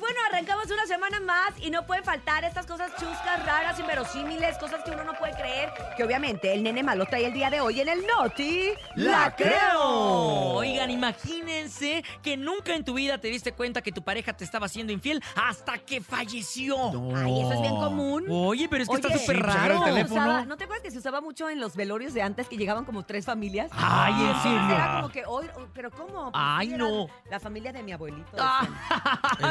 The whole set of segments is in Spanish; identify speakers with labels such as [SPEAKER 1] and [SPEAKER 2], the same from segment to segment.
[SPEAKER 1] bueno, arrancamos una semana más y no pueden faltar estas cosas chuscas, raras, inverosímiles, cosas que uno no puede creer. Que obviamente el nene malo trae el día de hoy en el Noti.
[SPEAKER 2] ¡La creo!
[SPEAKER 3] Oigan, imagínense que nunca en tu vida te diste cuenta que tu pareja te estaba siendo infiel hasta que falleció.
[SPEAKER 1] Ay, eso es bien común.
[SPEAKER 3] Oye, pero Oh, es que está
[SPEAKER 1] Oye,
[SPEAKER 3] súper
[SPEAKER 1] sí,
[SPEAKER 2] pues, agarra el
[SPEAKER 3] raro.
[SPEAKER 1] Se
[SPEAKER 2] teléfono.
[SPEAKER 1] usaba- ¿No te acuerdas que se usaba mucho en los velorios de antes que llegaban como tres familias?
[SPEAKER 3] Ay, ¿en
[SPEAKER 1] Entonces
[SPEAKER 3] serio?
[SPEAKER 1] Era como que hoy, pero ¿cómo? Pues
[SPEAKER 3] Ay,
[SPEAKER 1] sí, eran
[SPEAKER 3] no.
[SPEAKER 1] La familia de mi abuelito.
[SPEAKER 3] Ah,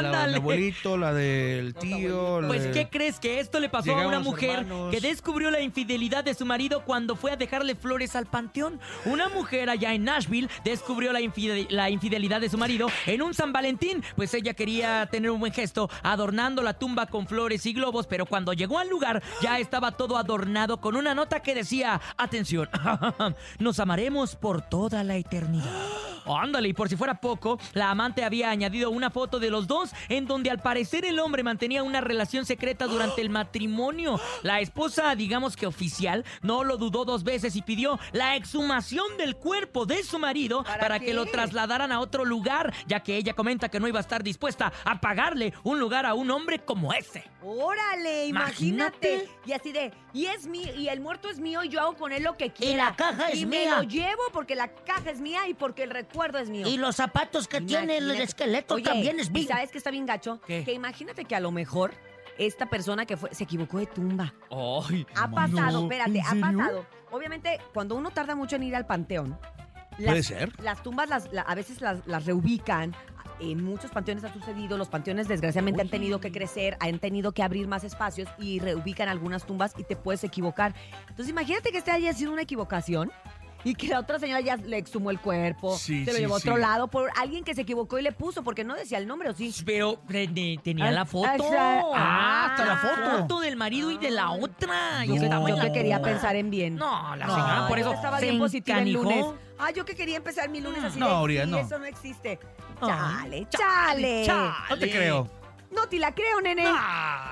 [SPEAKER 2] La del
[SPEAKER 3] ándale.
[SPEAKER 2] abuelito, la del
[SPEAKER 1] Los
[SPEAKER 2] tío.
[SPEAKER 1] abuelitos.
[SPEAKER 2] la
[SPEAKER 3] Pues,
[SPEAKER 2] de-
[SPEAKER 3] ¿qué crees que esto le pasó
[SPEAKER 2] Llegaban
[SPEAKER 3] a una
[SPEAKER 2] los
[SPEAKER 3] mujer
[SPEAKER 2] hermanos.
[SPEAKER 3] que descubrió la infidelidad de su marido cuando fue a dejarle flores al panteón? Una mujer allá en Nashville descubrió la, infide- la infidelidad de su marido en un San Valentín, pues ella quería tener un buen gesto adornando la tumba con flores y globos, pero cuando llegó al lugar ya estaba todo adornado con una nota que decía, atención, nos amaremos por toda la eternidad. Ándale, y por si fuera poco, la amante había añadido una foto de los dos en donde al parecer el hombre mantenía una relación secreta durante el matrimonio. La esposa, digamos que oficial, no lo dudó dos veces y pidió la exhumación del cuerpo de su marido
[SPEAKER 1] ¿Para
[SPEAKER 3] para,
[SPEAKER 1] qué?
[SPEAKER 3] que lo trasladaran a otro lugar, ya que ella comenta que no iba a estar dispuesta a pagarle un lugar a un hombre como ese.
[SPEAKER 1] Órale, imagínate.
[SPEAKER 3] Imagínate.
[SPEAKER 1] Y así de, y es mío, y el muerto es mío, y yo hago con él lo que quiera.
[SPEAKER 4] la caja es
[SPEAKER 1] Y
[SPEAKER 4] mía.
[SPEAKER 1] me lo llevo porque la caja es mía y porque el recuerdo es mío.
[SPEAKER 4] Y los zapatos que tiene el
[SPEAKER 1] Imagínate.
[SPEAKER 4] esqueleto
[SPEAKER 1] Oye,
[SPEAKER 4] también es
[SPEAKER 1] ¿y
[SPEAKER 4] mío.
[SPEAKER 1] ¿Sabes que está bien gacho?
[SPEAKER 3] ¿Qué?
[SPEAKER 1] Que imagínate que a lo mejor esta persona que fue se equivocó de tumba.
[SPEAKER 3] Ay,
[SPEAKER 1] Ha
[SPEAKER 2] No,
[SPEAKER 1] pasado, espérate,
[SPEAKER 2] ¿en
[SPEAKER 1] ha
[SPEAKER 2] serio?
[SPEAKER 1] pasado. Obviamente, cuando uno tarda mucho en ir al panteón,
[SPEAKER 2] Puede
[SPEAKER 1] las,
[SPEAKER 2] ser.
[SPEAKER 1] las tumbas las- la- a veces las, las reubican. En muchos panteones ha sucedido, los panteones desgraciadamente han tenido que crecer, han tenido que abrir más espacios y reubican algunas tumbas y te puedes equivocar. Entonces imagínate que este haya sido una equivocación y que la otra señora ya le exhumó el cuerpo,
[SPEAKER 2] Sí,
[SPEAKER 1] se lo
[SPEAKER 2] sí,
[SPEAKER 1] llevó a otro
[SPEAKER 2] sí.
[SPEAKER 1] lado por alguien que se equivocó y le puso porque no decía el nombre o sí.
[SPEAKER 3] pero eh, tenía la foto.
[SPEAKER 1] Ah,
[SPEAKER 2] ah, hasta la foto.
[SPEAKER 3] del marido y de la otra.
[SPEAKER 1] Yo,
[SPEAKER 3] y
[SPEAKER 1] que,
[SPEAKER 3] estaba en
[SPEAKER 1] yo
[SPEAKER 3] la
[SPEAKER 1] que quería
[SPEAKER 3] tumba.
[SPEAKER 1] pensar en bien.
[SPEAKER 3] No, la
[SPEAKER 2] No,
[SPEAKER 3] señora por
[SPEAKER 1] yo
[SPEAKER 3] eso
[SPEAKER 1] estaba
[SPEAKER 3] se
[SPEAKER 1] bien positiva el
[SPEAKER 3] encanijó. Mm.
[SPEAKER 1] lunes. Ah, yo que quería empezar mi lunes así
[SPEAKER 2] No,
[SPEAKER 1] de,
[SPEAKER 2] Aurea,
[SPEAKER 1] sí,
[SPEAKER 2] no.
[SPEAKER 1] eso no existe.
[SPEAKER 3] Ay,
[SPEAKER 1] Chale, chale.
[SPEAKER 3] Ah. chale.
[SPEAKER 2] No te creo.
[SPEAKER 1] No te la creo, nene.
[SPEAKER 3] Ah.